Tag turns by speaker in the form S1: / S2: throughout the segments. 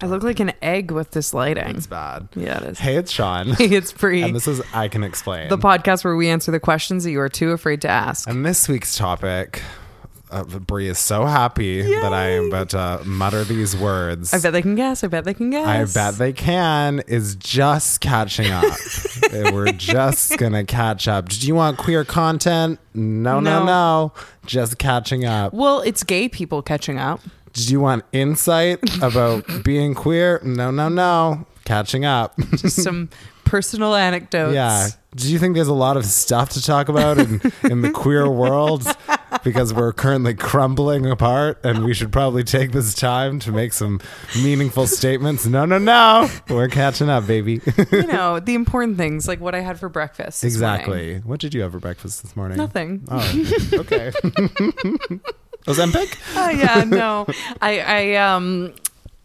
S1: I look like an egg with this lighting.
S2: It's bad.
S1: yeah, it is.
S2: Mm. Hey, it's Sean.
S1: it's pretty.
S2: and this is I Can Explain.
S1: the podcast where we answer the questions that you are too afraid to ask.
S2: and this week's topic, uh, Brie is so happy that I am about to mutter these words.
S1: I bet they can guess. I bet they can
S2: I
S1: guess.
S2: bet they can is just catching up. We're just gonna catch up. Do you want queer content? No, no,
S1: No.
S2: no. Just catching up.
S1: Well, it's gay people catching up.
S2: Do you want insight about being queer? No, no, no. Catching up.
S1: Just some personal anecdotes.
S2: Yeah. Do you think there's a lot of stuff to talk about in, in the queer world? Because we're currently crumbling apart and we should probably take this time to make some meaningful statements. No, no, no. We're catching up, baby.
S1: You know, the important things like what I had for breakfast. this morning.
S2: exactly. What did you have for breakfast this morning?
S1: Nothing.
S2: Oh, okay. Ozempic?
S1: Oh yeah, no. I I um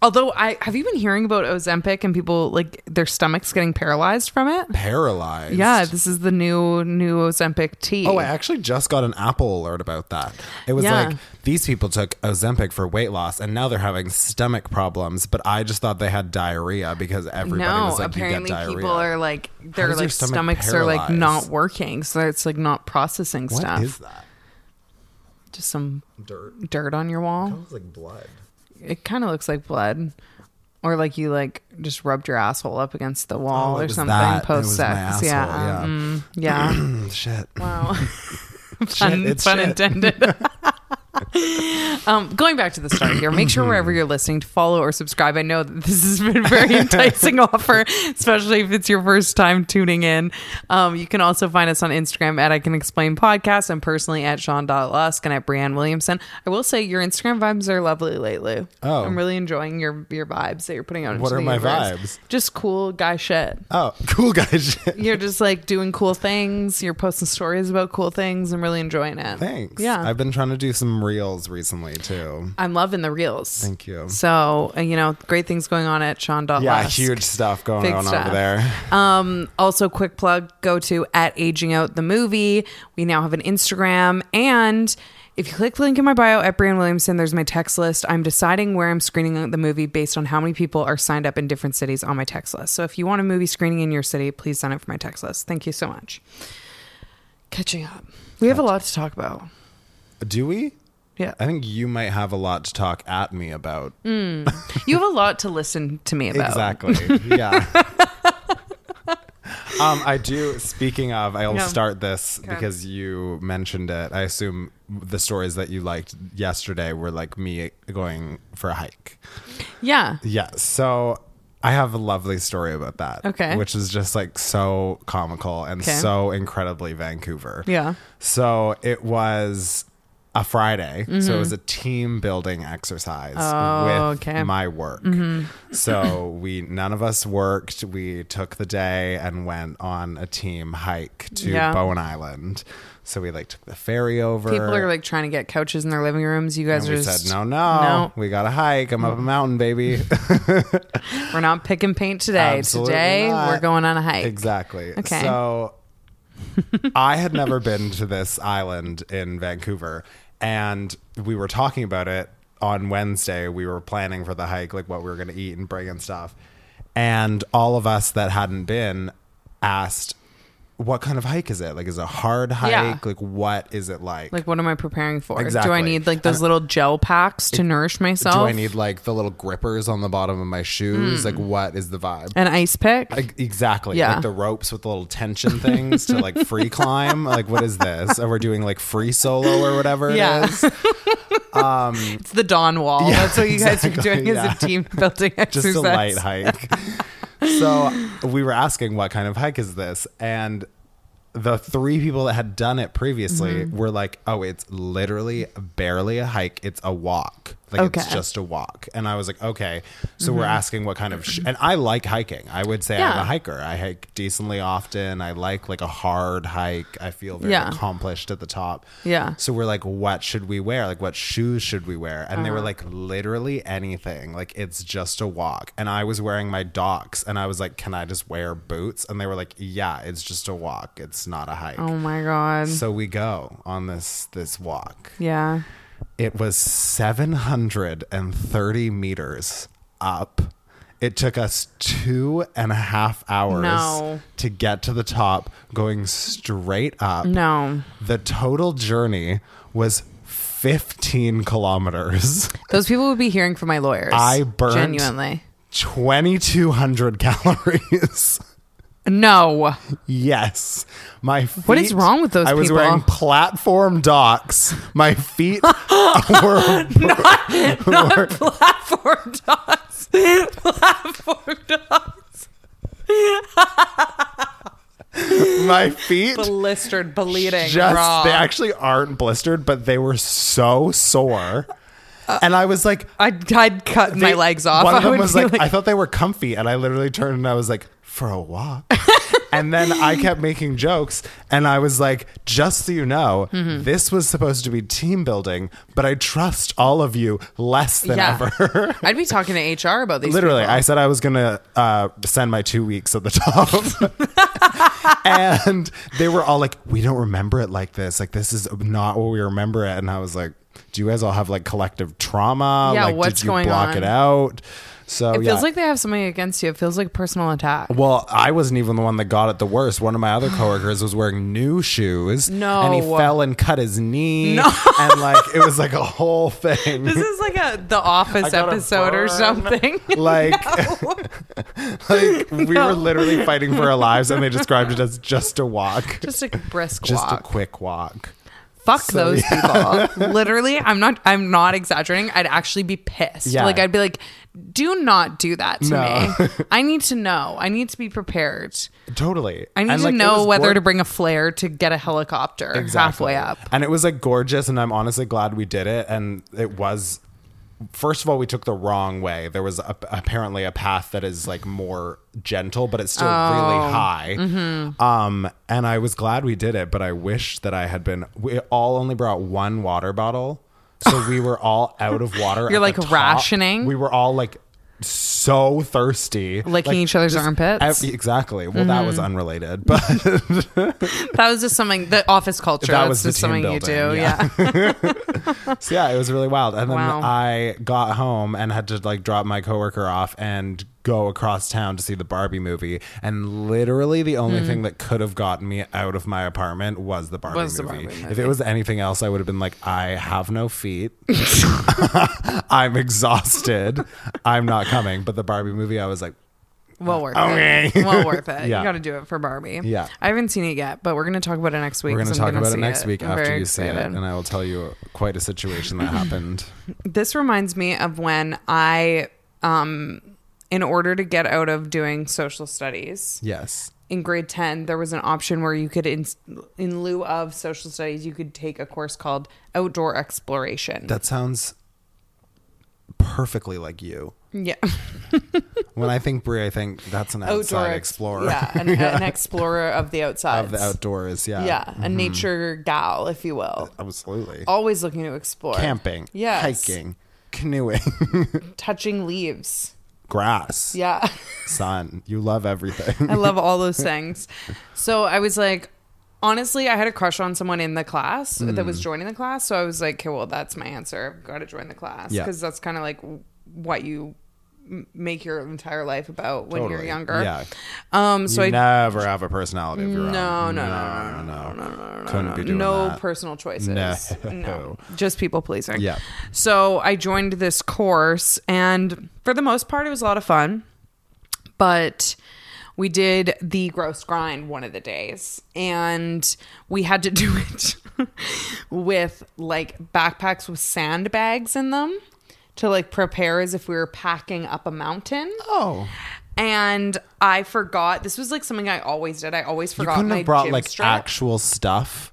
S1: although I have you been hearing about Ozempic and people like their stomachs getting paralyzed from it?
S2: Paralyzed.
S1: Yeah, this is the new new Ozempic tea.
S2: Oh, I actually just got an Apple alert about that. It was
S1: Yeah.
S2: like these people took Ozempic for weight loss and now they're having stomach problems, but I just thought they had diarrhea because everybody
S1: no,
S2: was like,
S1: apparently
S2: you get diarrhea.
S1: people are like their
S2: does your
S1: like
S2: stomach
S1: stomachs are like
S2: paralyze?
S1: not working, so it's like not processing
S2: What
S1: stuff.
S2: is that?
S1: Just some
S2: Dirt.
S1: dirt on your wall.
S2: Sounds like blood.
S1: It kind of looks like blood, or like you like just rubbed your asshole up against the wall
S2: Oh, it
S1: or
S2: was
S1: something
S2: that. It was my
S1: post sex.
S2: asshole,
S1: Yeah,
S2: yeah.
S1: mm, yeah.
S2: Shit.
S1: Wow.
S2: Shit,
S1: fun
S2: it's
S1: fun
S2: shit.
S1: intended. um, going back to the start here, make sure wherever you're listening to follow or subscribe. I know that this has been a very enticing offer, especially if it's your first time tuning in. Um, you can also find us on Instagram at I Can Explain Podcast and personally at Sean.Lusk and at Brianne Williamson. I will say your Instagram vibes are lovely lately.
S2: Oh.
S1: I'm really enjoying your your vibes that you're putting out.
S2: What
S1: into
S2: are
S1: the
S2: my
S1: universe. Just cool guy shit
S2: Oh, cool guys.
S1: you're just like doing cool things. You're posting stories about cool things. I'm really enjoying it.
S2: Thanks.
S1: Yeah.
S2: I've been trying to do some reels recently too.
S1: I'm loving the reels.
S2: Thank you.
S1: So, uh, you know, great things going on at Sean.
S2: Yeah, huge stuff going
S1: Big
S2: on
S1: stuff.
S2: over there.
S1: Um, also, quick plug go to at aging out the movie. We now have an Instagram. And if you click the link in my bio at Brian Williamson, there's my text list. I'm deciding where I'm screening the movie based on how many people are signed up in different cities on my text list. So if you want a movie screening in your city, please sign up for my text list. Thank you so much. Catching up. We have a lot to talk about.
S2: Do we?
S1: Yeah.
S2: I think you might have a lot to talk at me about.
S1: You have a lot to listen to me about.
S2: Exactly. Yeah. um, I do. Speaking of, I'll
S1: Yeah.
S2: start this
S1: Okay.
S2: because you mentioned it. I assume the stories that you liked yesterday were like me going for a hike.
S1: Yeah.
S2: Yeah. So I have a lovely story about that.
S1: Okay.
S2: Which is just like so comical and
S1: Okay.
S2: so incredibly Vancouver.
S1: Yeah.
S2: So it was a Friday. So it was a team building exercise
S1: Oh,
S2: with
S1: okay. Mm-hmm.
S2: my work. So we none of us worked. We took the day and went on a team hike to
S1: Yeah.
S2: Bowen Island. So we like took the ferry over.
S1: People are like trying to get couches in their living rooms. You guys
S2: and
S1: are
S2: we
S1: just
S2: said, no, no,
S1: No. Mm.
S2: we got to hike. I'm up a mountain, baby.
S1: We're not pick and paint today.
S2: Absolutely
S1: today
S2: not.
S1: we're going on a hike.
S2: Exactly.
S1: Okay.
S2: So I had never been to this island in Vancouver, and we were talking about it on Wednesday. We were planning for the hike, like what we were going to eat and bring and stuff. And all of us that hadn't been asked, "What kind of hike is it? Like, is it a hard hike?
S1: Yeah.
S2: Like, what is it like?
S1: Like, what am I preparing for? Do I
S2: Exactly.
S1: need like those little gel packs to nourish myself?
S2: Do I need like the little grippers on the bottom of my shoes?
S1: Hmm.
S2: Like, what is the vibe?
S1: an ice pick?
S2: Like, Exactly.
S1: Yeah.
S2: Like the ropes with the little tension things to like free climb. Like, what is this? Or we're doing like free solo or whatever
S1: Yeah.
S2: it is.
S1: it's the dawn wall.
S2: Yeah,
S1: That's what you guys
S2: exactly,
S1: are doing
S2: yeah.
S1: as a team building exercise.
S2: Just a light hike. so we were asking, what kind of hike is this? And the three people that had done it previously
S1: Mm-hmm.
S2: were like, oh, it's literally barely a hike. It's a walk. Like, it's
S1: Okay. Mm-hmm.
S2: just a walk. And I was like, okay. So we're asking what kind of. Sh-. And I like hiking. I would say I'm
S1: Yeah.
S2: a hiker. I hike decently often. I like like a hard hike. I feel very
S1: Yeah.
S2: accomplished at the top.
S1: Yeah.
S2: So we're like, what should we wear? Like, what shoes should we wear? And
S1: Uh-huh.
S2: they were like, literally anything. Like, it's just a walk. And I was wearing my docs and I was like, can I just wear boots? And they were like, yeah, it's just a walk. It's not a hike.
S1: Oh my god.
S2: So we go on this this walk.
S1: yeah.
S2: It was 730 meters up It took us two and a half hours
S1: No.
S2: to get to the top, going straight up.
S1: No.
S2: The total journey was 15 kilometers,
S1: Those people would be hearing from my lawyers.
S2: I burnt-
S1: Genuinely.
S2: 2,200 calories.
S1: No.
S2: Yes. My feet,
S1: What is wrong with those
S2: I was
S1: people?
S2: wearing platform docks. My feet were
S1: Not platform dogs. platform dogs.
S2: my feet
S1: Blistered, bleeding,
S2: just
S1: raw.
S2: they actually aren't blistered, but they were so sore.
S1: Uh,
S2: and I was like
S1: I'd, I'd cut my
S2: they-
S1: legs off.
S2: One of
S1: I
S2: them
S1: would
S2: was
S1: be
S2: like, I thought they were comfy, and I literally turned and I was like, for a walk. and then I kept making jokes, and I was like, just so you know,
S1: Mm-hmm.
S2: this was supposed to be team building, but I trust all of you less than
S1: Yeah.
S2: ever.
S1: I'd be talking to HR about these.
S2: Literally,
S1: people.
S2: I said I was gonna uh, send my two weeks at the top, and they were all like, "We don't remember it like this. Like this is not what we remember it." And I was like, "Do you guys all have like collective trauma?
S1: Yeah,
S2: like,
S1: what's
S2: did you
S1: going
S2: block
S1: on?"
S2: it out?" So
S1: It
S2: yeah.
S1: feels like they have something against you. It feels like personal attack.
S2: well, I wasn't even the one that got it the worst. One of my other coworkers was wearing new shoes.
S1: No.
S2: And he fell and cut his knee. And like, it was like a whole thing.
S1: This is like a The Office
S2: got a
S1: episode or
S2: burn.
S1: something.
S2: Like, like we were literally fighting for our lives, and they described it as just a walk,
S1: Just a brisk
S2: just
S1: walk.
S2: a quick walk.
S1: Fuck those people. Literally, I'm not. I'm not exaggerating. I'd actually be pissed.
S2: Yeah.
S1: Like I'd be like, "Do not do that to
S2: No.
S1: me. I need to know. I need to be prepared.
S2: Totally.
S1: I need
S2: And,
S1: to
S2: like, it
S1: know
S2: was
S1: whether
S2: gor-
S1: to bring a flare to get a helicopter halfway up.
S2: And it was like gorgeous, and I'm honestly glad we did it. And it was, first of all, we took the wrong way. There was a, apparently a path that is like more gentle, but it's still
S1: Oh.
S2: really high.
S1: Mm-hmm.
S2: Um, and I was glad we did it, but I wish that I had been. We all only brought one water bottle, so we were all out of water. You're
S1: like, rationing?
S2: We were all like. So thirsty,
S1: Licking each other's Mm-hmm. armpits?
S2: ev- exactly. Well, that was unrelated, but
S1: That was just something. The office culture.
S2: That was
S1: That's
S2: the
S1: just
S2: team
S1: something you
S2: building,
S1: do.
S2: yeah.
S1: Yeah.
S2: So yeah, it was really wild. And then
S1: Wow.
S2: I got home and had to like drop my coworker off and go across town to see the Barbie movie. And literally the only
S1: Hmm.
S2: thing that could have gotten me out of my apartment was the Barbie,
S1: Was the
S2: movie.
S1: Barbie
S2: If it was anything else, I would have been like, I have no feet. I'm exhausted. I'm not coming. But the Barbie movie, I was like,
S1: well worth
S2: Uh, Okay.
S1: it. Well worth it.
S2: Yeah.
S1: You got to do it for Barbie.
S2: Yeah.
S1: I haven't seen it yet, but we're gonna talk about it next week.
S2: we're going to
S1: 'cause I'm
S2: talk about it
S1: see
S2: next week
S1: I'm
S2: after
S1: very
S2: you see it.
S1: excited.
S2: And I will tell you quite a situation that happened.
S1: This reminds me of when I, um, in order to get out of doing social studies
S2: Yes.
S1: in grade 10, there was an option where you could, in, in lieu of social studies, you could take a course called outdoor exploration.
S2: That sounds perfectly like you.
S1: yeah.
S2: When I think Brie, I think that's an outside
S1: outdoor ex-
S2: explorer
S1: Yeah. An, an explorer of the outside.
S2: of the mm-hmm. outdoors. Yeah.
S1: Yeah. A nature gal, if you
S2: Uh,
S1: will.
S2: Absolutely.
S1: Always looking to explore.
S2: Camping.
S1: Yes.
S2: Hiking. Canoeing.
S1: Touching leaves.
S2: grass.
S1: Yeah.
S2: Sun. You love everything.
S1: I love all those things. So I was like, honestly, I had a crush on someone in the class that
S2: Mm.
S1: was joining the class. So I was like, okay, well, that's my answer. I've got to join the class
S2: Yeah.
S1: because that's kind of like what you m- make your entire life about when you're
S2: Totally.
S1: younger.
S2: Yeah.
S1: Um. So
S2: you
S1: I
S2: never have a personality of your own.
S1: no, no,
S2: no,
S1: no,
S2: no, no, no, Couldn't be doing
S1: no
S2: that.
S1: personal choices.
S2: No.
S1: no, just people pleasing.
S2: Yeah.
S1: So I joined this course, and for the most part, it was a lot of fun. But we did the gross grind one of the days, and we had to do it with like backpacks with sandbags in them to like prepare as if we were packing up a mountain.
S2: oh,
S1: And I forgot. This was like something I always did. I always
S2: you
S1: forgot
S2: couldn't
S1: my
S2: have brought
S1: gym
S2: like
S1: strap.
S2: actual stuff,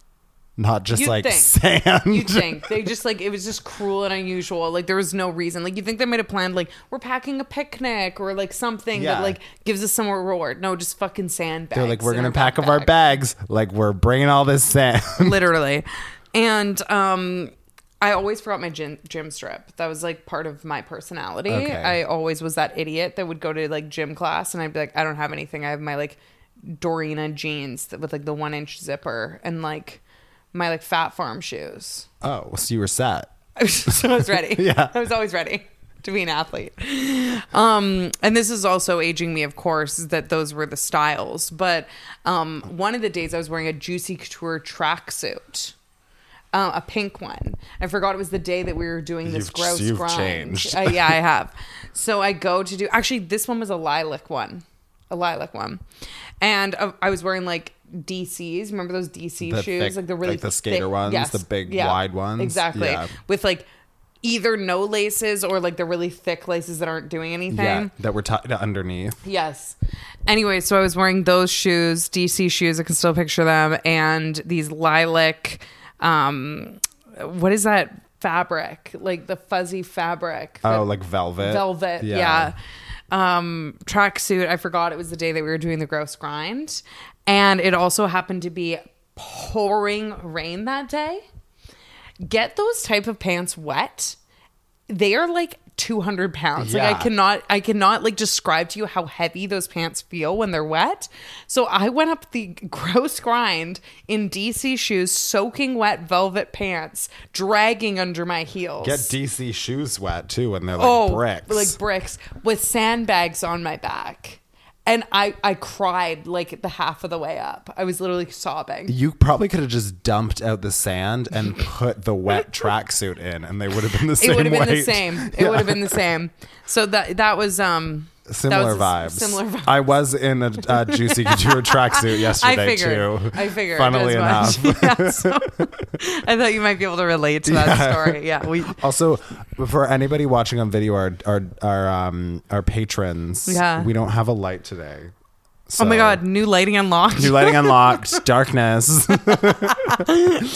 S2: not just
S1: You'd
S2: like
S1: think.
S2: sand.
S1: You'd think they just like it was just cruel and unusual. Like there was no reason. Like you think they might have planned like we're packing a picnic or like something
S2: Yeah.
S1: that like gives us some reward. No, just fucking sandbags.
S2: They're like, we're
S1: in
S2: gonna pack up our
S1: backpack."
S2: bags. Like we're bringing all this sand.
S1: literally. And um, I always forgot my gym, gym strip. That was like part of my personality.
S2: Okay.
S1: I always was that idiot that would go to like gym class and I'd be like, I don't have anything. I have my like Dorina jeans that, with like the one inch zipper and like my like fat farm shoes.
S2: oh, so you were set.
S1: so I was ready.
S2: Yeah.
S1: I was always ready to be an athlete. Um, and this is also aging me, of course, is that those were the styles. But um, one of the days I was wearing a Juicy Couture tracksuit. Uh, a pink one. I forgot it was the day that we were doing this
S2: You've-
S1: gross
S2: you've
S1: grind.
S2: changed.
S1: Uh, yeah, I have. So I go to do. Actually, this one was a lilac one, a lilac one, and uh, I was wearing like DCs. Remember those DC
S2: The
S1: shoes,
S2: thick-
S1: like the really
S2: like the
S1: thick-
S2: skater ones,
S1: yes,
S2: the big
S1: yeah,
S2: wide ones?
S1: exactly.
S2: Yeah.
S1: With like either no laces or like the really thick laces that aren't doing anything.
S2: Yeah, that were tied underneath.
S1: Yes. Anyway, so I was wearing those shoes, DC shoes. I can still picture them, and these lilac. Um, what is that fabric? Like the fuzzy fabric. that-
S2: Oh, like velvet.
S1: velvet. Yeah. Um, tracksuit. I forgot it was the day that we were doing the gross grind, and it also happened to be pouring rain that day. Get those type of pants wet. They are like 200 pounds. Like I
S2: Yeah.
S1: cannot, I cannot like describe to you how heavy those pants feel when they're wet. So I went up the gross grind in DC shoes, soaking wet velvet pants, dragging under my heels
S2: Get DC shoes wet too when they're like bricks.
S1: Oh, like bricks with sandbags on my back. And I, I cried like the half of the way up. I was literally sobbing.
S2: you probably could have just dumped out the sand and put the wet tracksuit in, and they would have been the same.
S1: It would have been the
S2: weight.
S1: same. It would have been the same. So that that was um that
S2: Similar
S1: was
S2: vibes.
S1: a s- Similar vibes.
S2: I was in a, a juicy couture tracksuit
S1: I
S2: yesterday
S1: figured.
S2: too.
S1: I figured.
S2: Funnily
S1: as
S2: enough.
S1: much. Yeah, so- I thought you might be able to relate to that story. Yeah. We oh
S2: Also, for anybody watching on video, our our our, um, our patrons,
S1: Yeah.
S2: we don't have a light today.
S1: Oh my
S2: So-
S1: god, new lighting unlocked.
S2: New lighting unlocked. Darkness.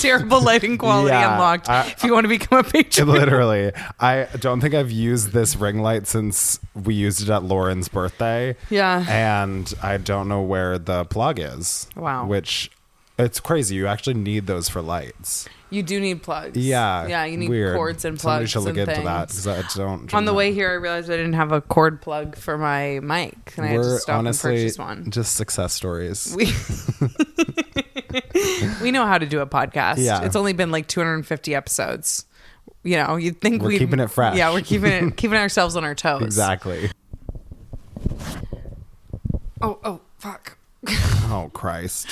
S1: Terrible lighting quality
S2: Yeah,
S1: unlocked.
S2: I-
S1: if you want to become a patron.
S2: Literally, I don't think I've used this ring light since we used it at Lauren's birthday.
S1: Yeah.
S2: and I don't know where the plug is.
S1: Wow.
S2: which it's crazy. You actually need those for lights.
S1: You do need plugs.
S2: Yeah,
S1: Yeah, you need
S2: weird.
S1: cords and
S2: Somebody
S1: plugs.
S2: should look
S1: and
S2: into
S1: things.
S2: that 'cause I don't.
S1: on the
S2: know.
S1: way here, I realized I didn't have a cord plug for my mic, and I had to
S2: we're
S1: stop
S2: honestly
S1: and purchase one.
S2: just success stories.
S1: We we know how to do a podcast.
S2: Yeah.
S1: it's only been like 250 episodes. You know, you'd think
S2: We're
S1: we'd-
S2: keeping it fresh.
S1: Yeah, we're keeping it keeping ourselves on our toes.
S2: exactly.
S1: Oh, oh, fuck.
S2: Oh Christ,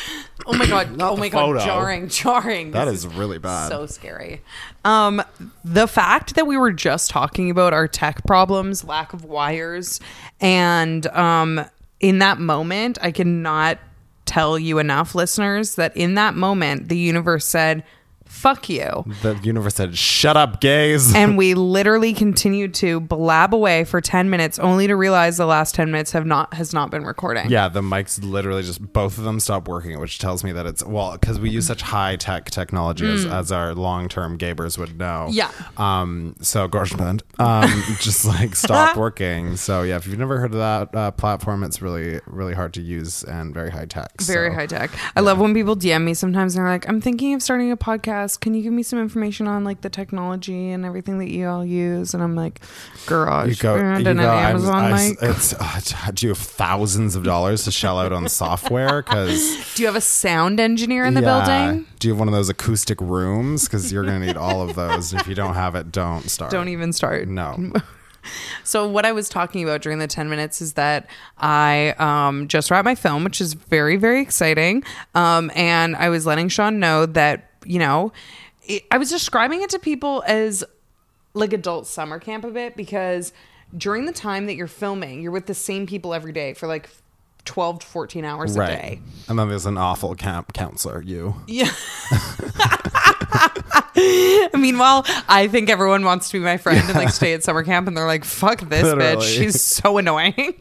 S1: Oh my god.
S2: Not
S1: oh
S2: the
S1: my
S2: photo.
S1: god. Jarring, jarring.
S2: that
S1: This
S2: is really bad.
S1: So scary. Um, the fact that we were just talking about our tech problems, lack of wires, and um, in that moment, I cannot tell you enough, listeners, that in that moment, the universe said, fuck you.
S2: the universe said, "Shut up, gays."
S1: And we literally continued to blab away for 10 minutes only to realize the last 10 minutes have not has not been recording.
S2: Yeah, the mics literally just both of them stop working, which tells me that it's well because we use such high tech technology as, as our long term gabers would know.
S1: Mm. Yeah.
S2: Um. So Gorshmand, um, just like stopped working. So yeah, if you've never heard of that uh, platform, it's really really hard to use and very high tech.
S1: Very
S2: so.
S1: high tech. I love when people DM me sometimes and they're like, I'm thinking of starting a podcast. Can you give me some information on like the technology and everything that you all use? And I'm like, garage.
S2: You go,
S1: and
S2: you
S1: an
S2: go I'm-
S1: Amazon
S2: I s-
S1: mic.
S2: it's, uh, do you have thousands of dollars to shell out on software? Because
S1: Do you have a sound engineer in the building?
S2: do you have one of those acoustic rooms? Because you're gonna need all of those. if you don't have it, don't start.
S1: Don't even start.
S2: No.
S1: So what I was talking about during the 10 minutes is that I um, just wrapped my film, which is very, very exciting. Um, and I was letting Sean know that, you know, it, I was describing it to people as like adult summer camp a bit because during the time that you're filming, you're with the same people every day for like 12 to 14 hours a day.
S2: And then there's an awful camp counselor, you.
S1: Yeah. Meanwhile, I think everyone wants to be my friend and like stay at summer camp, and they're like, "Fuck this
S2: Literally.
S1: bitch, she's so annoying."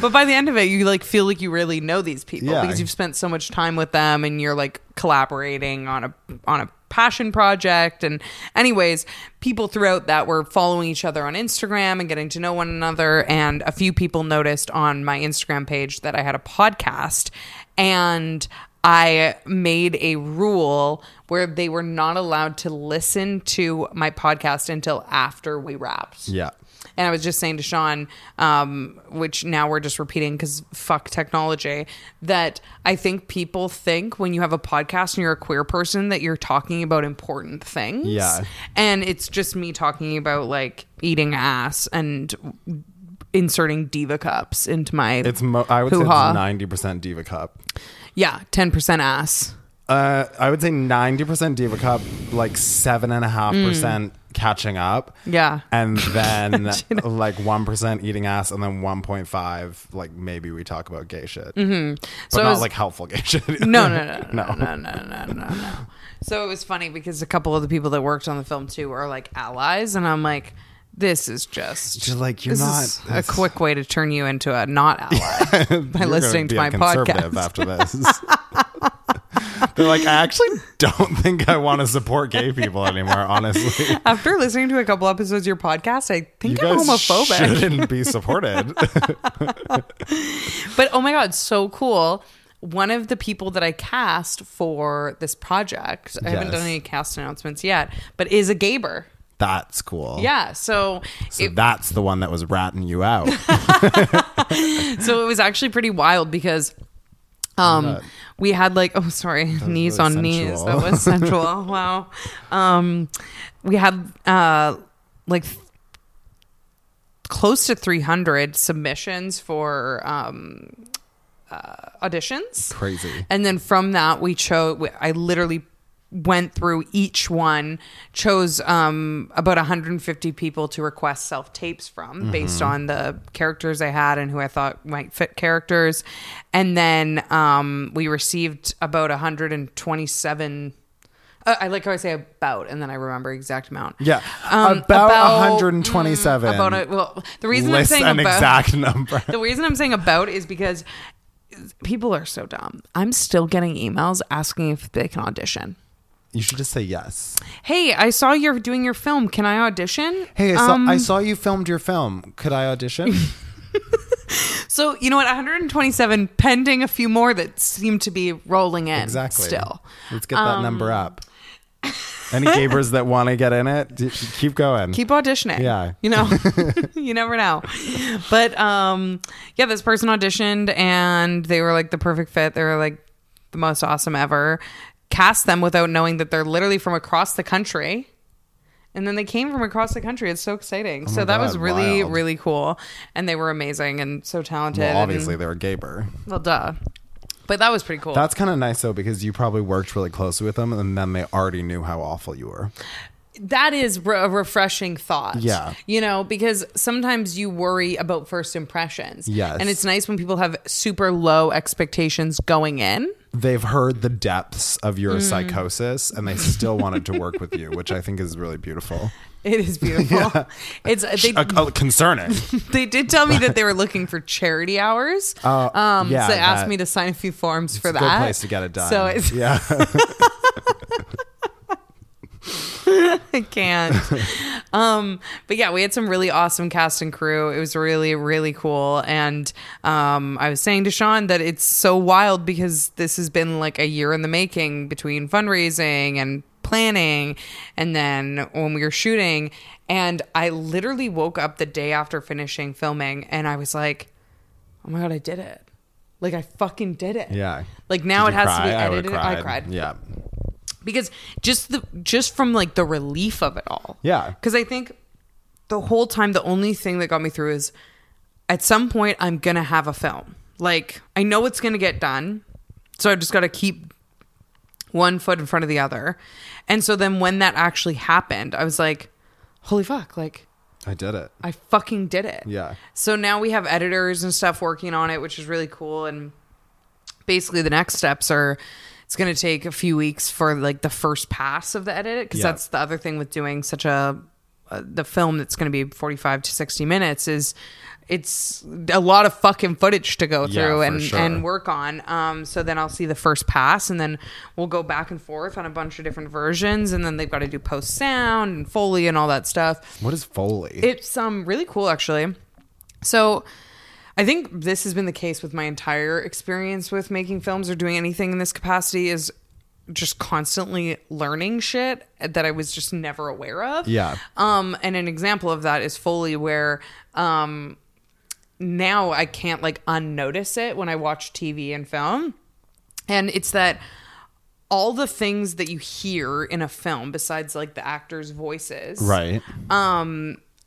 S1: but by the end of it, you like feel like you really know these people
S2: Yeah.
S1: because you've spent so much time with them, and you're like collaborating on a on a passion project. And anyways, people throughout that were following each other on Instagram and getting to know one another. And a few people noticed on my Instagram page that I had a podcast, and I made a rule where they were not allowed to listen to my podcast until after we wrapped.
S2: Yeah.
S1: And I was just saying to Sean, um, which now we're just repeating because fuck technology, that I think people think when you have a podcast and you're a queer person that you're talking about important things.
S2: Yeah.
S1: And it's just me talking about like eating ass and inserting diva cups into my
S2: It's mo- I would
S1: Hoo-ha.
S2: say ninety percent diva cup.
S1: yeah 10% ass
S2: Uh, I would say ninety percent diva cup, like seven and a half percent catching up.
S1: Mm. Yeah.
S2: and then like one percent eating ass, and then one point five. Like maybe we talk about gay shit, mm-hmm. but
S1: So it
S2: not
S1: was-
S2: like helpful gay shit.
S1: no, no, no,
S2: No.
S1: no, no, no, no, no, no. So it was funny because a couple of the people that worked on the film too are like allies, and I'm like, this is just,
S2: Just like, you're
S1: this
S2: not-
S1: is a
S2: it's-
S1: quick way to turn you into a not ally by
S2: You're
S1: listening to
S2: gonna be
S1: my
S2: a
S1: podcast.
S2: conservative After this, they're like, I actually don't think I want to support gay people anymore. Honestly,
S1: After listening to a couple episodes of your podcast, I
S2: you
S1: think I'm
S2: guys
S1: homophobic.
S2: shouldn't be supported.
S1: But oh my god, so cool. One of the people that I cast for this project, I haven't
S2: Yes.
S1: done any cast announcements yet, but is a Gaber.
S2: that's cool.
S1: Yeah, so
S2: So that's the one that was ratting you out.
S1: so it was actually pretty wild because um
S2: Not-
S1: we had like oh sorry knees
S2: really
S1: on knees
S2: sensual.
S1: that was sensual wow um we had uh like th- close to 300 submissions for um uh, auditions
S2: Crazy.
S1: and then from that, we chose, I literally went through each one, chose um, about 150 people to request self tapes from
S2: Mm-hmm.
S1: based on the characters I had and who I thought might fit characters. And then um, we received about 127. Uh, I like how I say about, and then I remember exact amount.
S2: Yeah,
S1: Um,
S2: about,
S1: about-
S2: 127.
S1: About a, well, the reason
S2: List
S1: I'm saying
S2: an
S1: about
S2: exact number.
S1: the reason I'm saying about is because people are so dumb. I'm still getting emails asking if they can audition.
S2: You should just say yes.
S1: Hey, I saw you're doing your film. Can I audition?
S2: Hey, I saw,
S1: Um,
S2: I saw you filmed your film. Could I audition?
S1: so you know what? 127 pending a few more that seem to be rolling in.
S2: exactly.
S1: Still. Um,
S2: Let's get that number up. Any gabers that want to get in it, d- keep going.
S1: keep auditioning.
S2: Yeah.
S1: You know, you never know. But um, yeah, this person auditioned and they were like the perfect fit. They were like the most awesome ever. Cast them without knowing that they're literally from across the country. And then they came from across the country. It's so exciting. so that was
S2: Oh God,
S1: really,
S2: wild.
S1: really cool. And they were amazing and so talented.
S2: well,
S1: and-
S2: obviously, they're a gaber.
S1: well, duh. But that was pretty cool.
S2: That's kind of nice though, because you probably worked really closely with them, and then they already knew how awful you were.
S1: that is re- a refreshing thought.
S2: Yeah.
S1: You know, because sometimes you worry about first impressions.
S2: Yes.
S1: And it's nice when people have super low expectations going in.
S2: They've heard the depths of
S1: Mm.
S2: your psychosis, and they still wanted to work with you, which I think is really beautiful.
S1: It is beautiful. It's they,
S2: Uh, uh, concerning.
S1: they did tell me that they were looking for charity hours.
S2: Oh,
S1: um
S2: yeah,
S1: so they asked
S2: that-
S1: me to sign a few forms for
S2: It's a
S1: that.
S2: Good place to get it done.
S1: So it's,
S2: yeah,
S1: I can't. um, but yeah, we had some really awesome cast and crew. It was really, really cool. And um, I was saying to Sean that it's so wild because this has been like a year in the making between fundraising and planning and then when we were shooting. And I literally woke up the day after finishing filming and I was like, oh my God, I did it. Like I fucking did it.
S2: yeah.
S1: Like now
S2: Did
S1: it
S2: you
S1: has to
S2: cry?
S1: be
S2: would've
S1: edited. I cried
S2: Yeah,
S1: because just the just from like the relief of it all
S2: Yeah.
S1: because i think the whole time the only thing that got me through is at some point i'm gonna have a film like i know it's gonna get done so i just gotta keep one foot in front of the other and so then when that actually happened i was like holy fuck like
S2: I did it.
S1: i fucking did it
S2: Yeah.
S1: so now we have editors and stuff working on it, which is really cool. And basically, the next steps are it's going to take a few weeks for like the first pass of the edit because
S2: Yeah.
S1: that's the other thing with doing such a uh, the film that's going to be 45 to 60 minutes is it's a lot of fucking footage to go
S2: Yeah,
S1: through
S2: for
S1: and
S2: sure.
S1: and work on um so then I'll see the first pass and then we'll go back and forth on a bunch of different versions and then they've got to do post sound and foley and all that stuff
S2: What is Foley?
S1: it's um really cool actually. So I think this has been the case with my entire experience with making films or doing anything in this capacity is just constantly learning shit that I was just never aware of.
S2: Yeah.
S1: Um, and an example of that is Foley, where um, now I can't like unnotice it when I watch TV and film. And it's that all the things that you hear in a film, besides like the actors' voices,
S2: Right.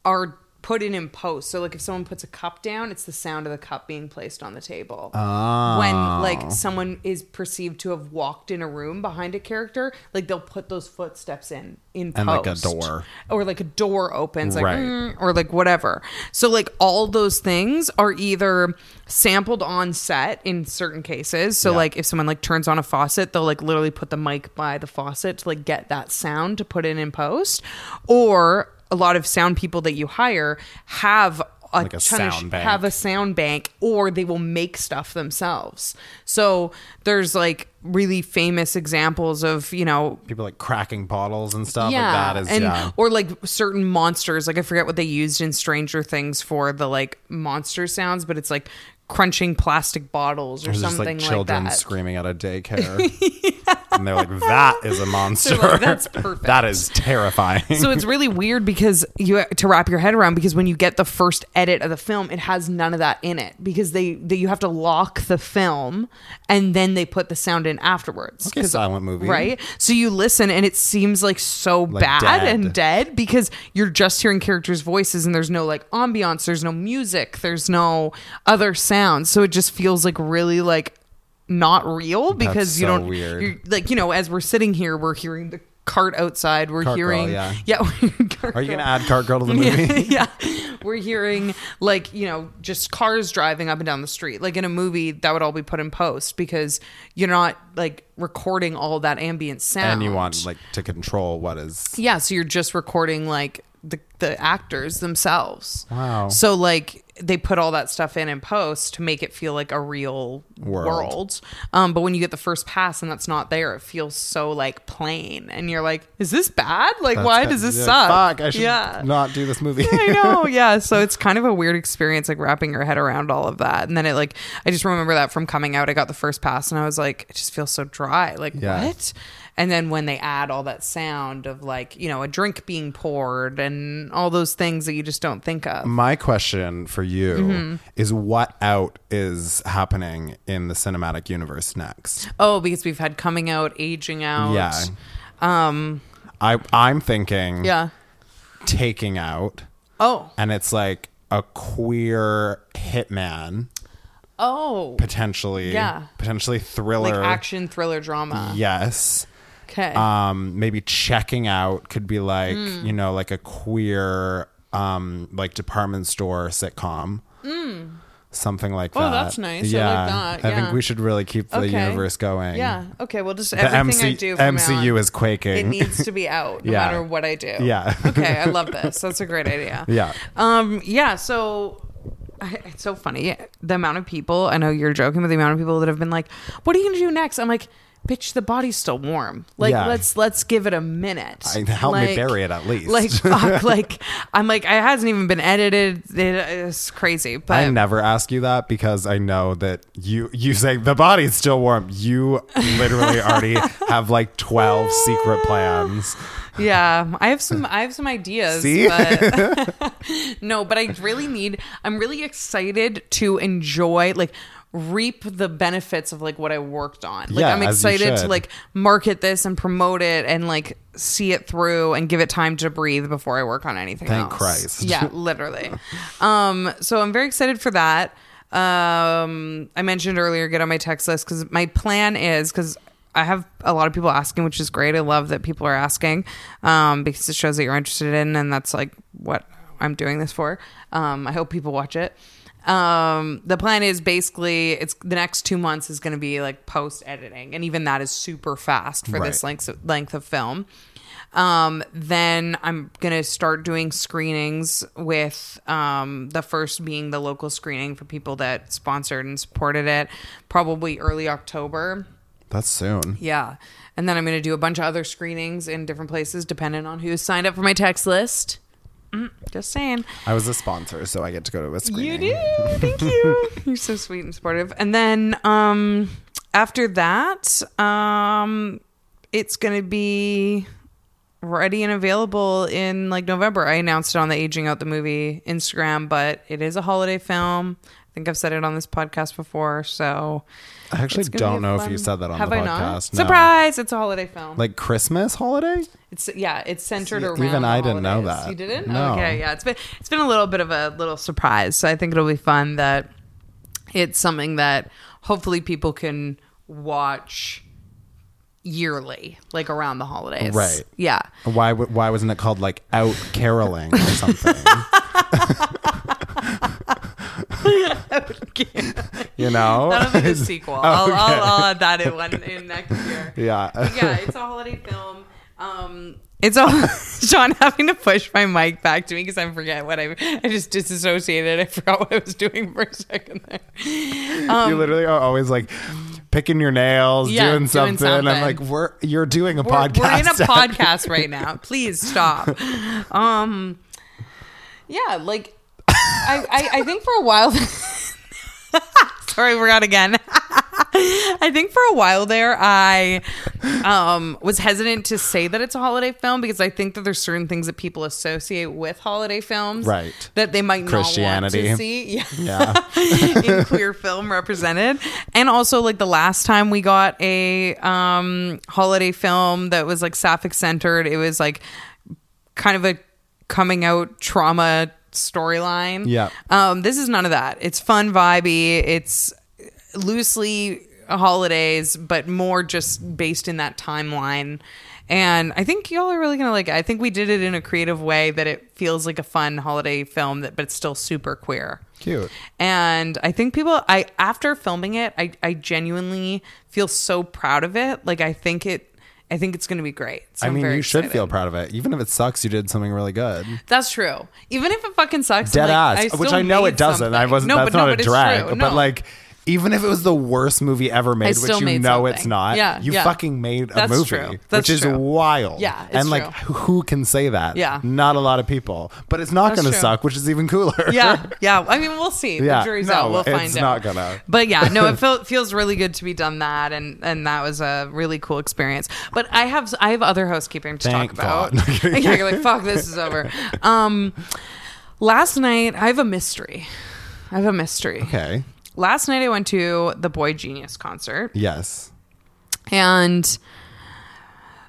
S1: are put in in post. So like if someone puts a cup down, it's the sound of the cup being placed on the table. When
S2: Oh.
S1: like someone is perceived to have walked in a room behind a character, like they'll put those footsteps in in
S2: And, like, a
S1: post.
S2: door.
S1: or like a door opens like
S2: Right.
S1: "Mm," or like whatever. So like all those things are either sampled on set in certain cases. So
S2: Yeah.
S1: like if someone like turns on a faucet, they'll like literally put the mic by the faucet to like get that sound to put in in post or a lot of sound people that you hire have a,
S2: Like a
S1: ton of sh-
S2: sound bank.
S1: have a sound bank or they will make stuff themselves. So there's like really famous examples of, you know,
S2: People like cracking bottles and stuff like that is
S1: and
S2: yeah.
S1: or like certain monsters. Like I forget what they used in Stranger Things for the like monster sounds, but it's like crunching plastic bottles or
S2: There's just
S1: something
S2: like children
S1: like that.
S2: screaming at a daycare. And they're like, that is a monster.
S1: like, "That's perfect."
S2: that is terrifying.
S1: so it's really weird because you to wrap your head around because when you get the first edit of the film, it has none of that in it because they, they you have to lock the film and then they put the sound in afterwards.
S2: Okay,
S1: 'Cause-
S2: silent movie.
S1: Right. So you listen and it seems like so bad
S2: dead.
S1: and dead because you're just hearing characters' voices and there's no like ambiance, there's no music, there's no other sounds. So it just feels like really like not real because you
S2: so
S1: don't
S2: weird.
S1: you're like you know as we're sitting here we're hearing the cart outside we're
S2: Cart girl,
S1: hearing
S2: yeah.
S1: we're- cart
S2: Are you going
S1: girl.
S2: to add Cart Girl to the movie?
S1: yeah. We're hearing like, you know, just cars driving up and down the street. Like in a movie, that would all be put in post because you're not like recording all that ambient sound.
S2: And you want like to control what is.
S1: Yeah, so you're just recording like the the actors themselves.
S2: Wow.
S1: So like they put all that stuff in in post to make it feel like a real
S2: World.
S1: world. Um, but when you get the first pass and that's not there, it feels so like plain, and you're like, "Is this bad? Like, why
S2: That's
S1: does
S2: good.
S1: this
S2: You're
S1: suck?"
S2: like, Fuck, I should
S1: yeah.
S2: not do this movie.
S1: I know, yeah. So it's kind of a weird experience, like wrapping your head around all of that. And then it, like, I just remember that from coming out, I got the first pass, and I was like, it just feels so dry. Like,
S2: Yeah.
S1: what? And then when they add all that sound of like, you know, a drink being poured and all those things that you just don't think of.
S2: My question for you
S1: Mm-hmm.
S2: is what out is happening in the cinematic universe next?
S1: Oh, because we've had coming out, aging out. Um,
S2: Yeah. I I'm thinking
S1: Yeah.
S2: taking out
S1: Oh.
S2: and it's like a queer hitman
S1: Oh.
S2: potentially
S1: Yeah.
S2: potentially
S1: Like
S2: thriller
S1: action thriller drama.
S2: yes
S1: Okay.
S2: um maybe checking out could be like
S1: Hmm.
S2: you know like a queer um like department store sitcom something like
S1: Oh,
S2: that
S1: Hmm. that's nice. I like that,
S2: I think
S1: yeah.
S2: we should really keep the
S1: Okay.
S2: universe going
S1: yeah. Okay. Well, just
S2: the MC-
S1: everything I do. From now on-
S2: mcu is quaking
S1: It needs to be out no
S2: Yeah.
S1: matter what I do.
S2: Yeah.
S1: okay, I love this. That's a great idea.
S2: Yeah.
S1: Um. Yeah. So. I- It's so funny the amount of people I know you're joking, but the amount of people that have been like, "What are you gonna do next?" I'm like, "Bitch, the body's still warm. Like,
S2: Yeah.
S1: let's let's give it a minute.
S2: I- help me bury it at least.
S1: Like, fuck, like I'm like, it hasn't even been edited. It, it's crazy, but
S2: I never ask you that because I know that you you say the body's still warm. You literally already have like twelve secret plans.
S1: yeah i have some i have some ideas
S2: See?
S1: but no but i really need i'm really excited to enjoy like reap the benefits of like what i worked on like
S2: Yeah,
S1: i'm
S2: as you
S1: excited to
S2: should.
S1: like market this and promote it and like see it through and give it time to breathe before i work on anything
S2: Thank
S1: else.
S2: Christ.
S1: yeah literally um so i'm very excited for that um i mentioned earlier get on my text list because my plan is because i have a lot of people asking which is great i love that people are asking um because it shows that you're interested in and that's like what i'm doing this for um i hope people watch it um the plan is basically it's the next two months is going to be like post editing and even that is super fast for this
S2: Right.
S1: length of, length of film. Um, then I'm gonna start doing screenings with um, the first being the local screening for people that sponsored and supported it, probably early October.
S2: That's soon.
S1: Yeah, and then I'm gonna do a bunch of other screenings in different places, depending on who's signed up for my text list. Mm-hmm. Just saying.
S2: I was a sponsor, so I get to go to a
S1: You
S2: screening.
S1: do. Thank you. You're so sweet and supportive. And then um after that, um it's going to be ready and available in like November. I announced it on the Aging Out the Movie Instagram, but it is a holiday film. I think I've said it on this podcast before, so
S2: I actually
S1: it's gonna
S2: don't
S1: be
S2: know if
S1: fun.
S2: you said that on
S1: Have
S2: the
S1: I not?
S2: podcast. No.
S1: Surprise, it's a holiday film.
S2: Like Christmas holiday?
S1: It's yeah, it's centered
S2: See,
S1: around.
S2: even I
S1: the
S2: didn't know
S1: holidays.
S2: that.
S1: You didn't?
S2: No.
S1: Okay, yeah. It's been it's been a little bit of a little surprise. So I think it'll be fun that it's something that hopefully people can watch yearly, like around the holidays.
S2: Right.
S1: Yeah.
S2: Why w- why wasn't it called like out caroling or something? you know?
S1: That'll be the sequel. I'll,
S2: Oh, Okay.
S1: I'll, I'll add that in one in next year.
S2: yeah.
S1: yeah, it's a holiday film. Um, it's all Sean having to push my mic back to me because I forget what I I just disassociated. I forgot what I was doing for a second there. Um,
S2: you literally are always like picking your nails,
S1: Yeah,
S2: doing,
S1: doing
S2: something. I'm
S1: something.
S2: like, we're you're doing a
S1: we're,
S2: podcast.
S1: we're in a podcast right now. Please stop. Um, yeah, like I, I, I think for a while. Sorry, we're out again. I think for a while there, I um, was hesitant to say that it's a holiday film because I think that there's certain things that people associate with holiday films,
S2: Right.
S1: That they might not
S2: Christianity.
S1: want to see. Yeah
S2: yeah.
S1: in queer film represented. And also like the last time we got a um holiday film that was like sapphic centered, it was like kind of a coming out trauma storyline.
S2: Yeah.
S1: Um this is none of that. It's fun vibey. It's loosely holidays, but more just based in that timeline. And I think y'all are really gonna like it. I think we did it in a creative way that it feels like a fun holiday film that but it's still super queer
S2: Cute.
S1: and i think people i after filming it i i genuinely feel so proud of it like i think it i think it's going to be great So
S2: I
S1: I'm
S2: mean,
S1: very
S2: you should
S1: excited.
S2: feel proud of it. Even if it sucks, you did something really good.
S1: that's true even if it fucking sucks I'm
S2: Dead
S1: like,
S2: ass.
S1: I
S2: which
S1: still
S2: I know
S1: made
S2: it doesn't. I
S1: something.
S2: wasn't
S1: no,
S2: that's
S1: but no,
S2: not
S1: but
S2: a
S1: it's
S2: drag.
S1: true.
S2: But
S1: No.
S2: like even if it was the worst movie ever made, which
S1: still
S2: you
S1: made
S2: know
S1: something.
S2: it's not,
S1: Yeah,
S2: you
S1: yeah.
S2: fucking made a
S1: That's
S2: movie,
S1: true.
S2: which
S1: That's
S2: is
S1: true.
S2: wild.
S1: Yeah, it's
S2: and like,
S1: true.
S2: who can say that?
S1: Yeah. not
S2: not a lot of people. But it's not
S1: That's
S2: going to
S1: true.
S2: suck, which is even cooler.
S1: yeah yeah i mean we'll see
S2: Yeah.
S1: the jury's
S2: No,
S1: out we'll
S2: it's
S1: find out
S2: not gonna.
S1: but yeah no it felt, feels really good to be done that and and that was a really cool experience but i have i have other housekeeping to
S2: Thank
S1: talk
S2: God.
S1: about yeah you're like fuck this is over um last night i have a mystery i have a mystery
S2: okay.
S1: last night i went to the boy genius concert
S2: Yes.
S1: and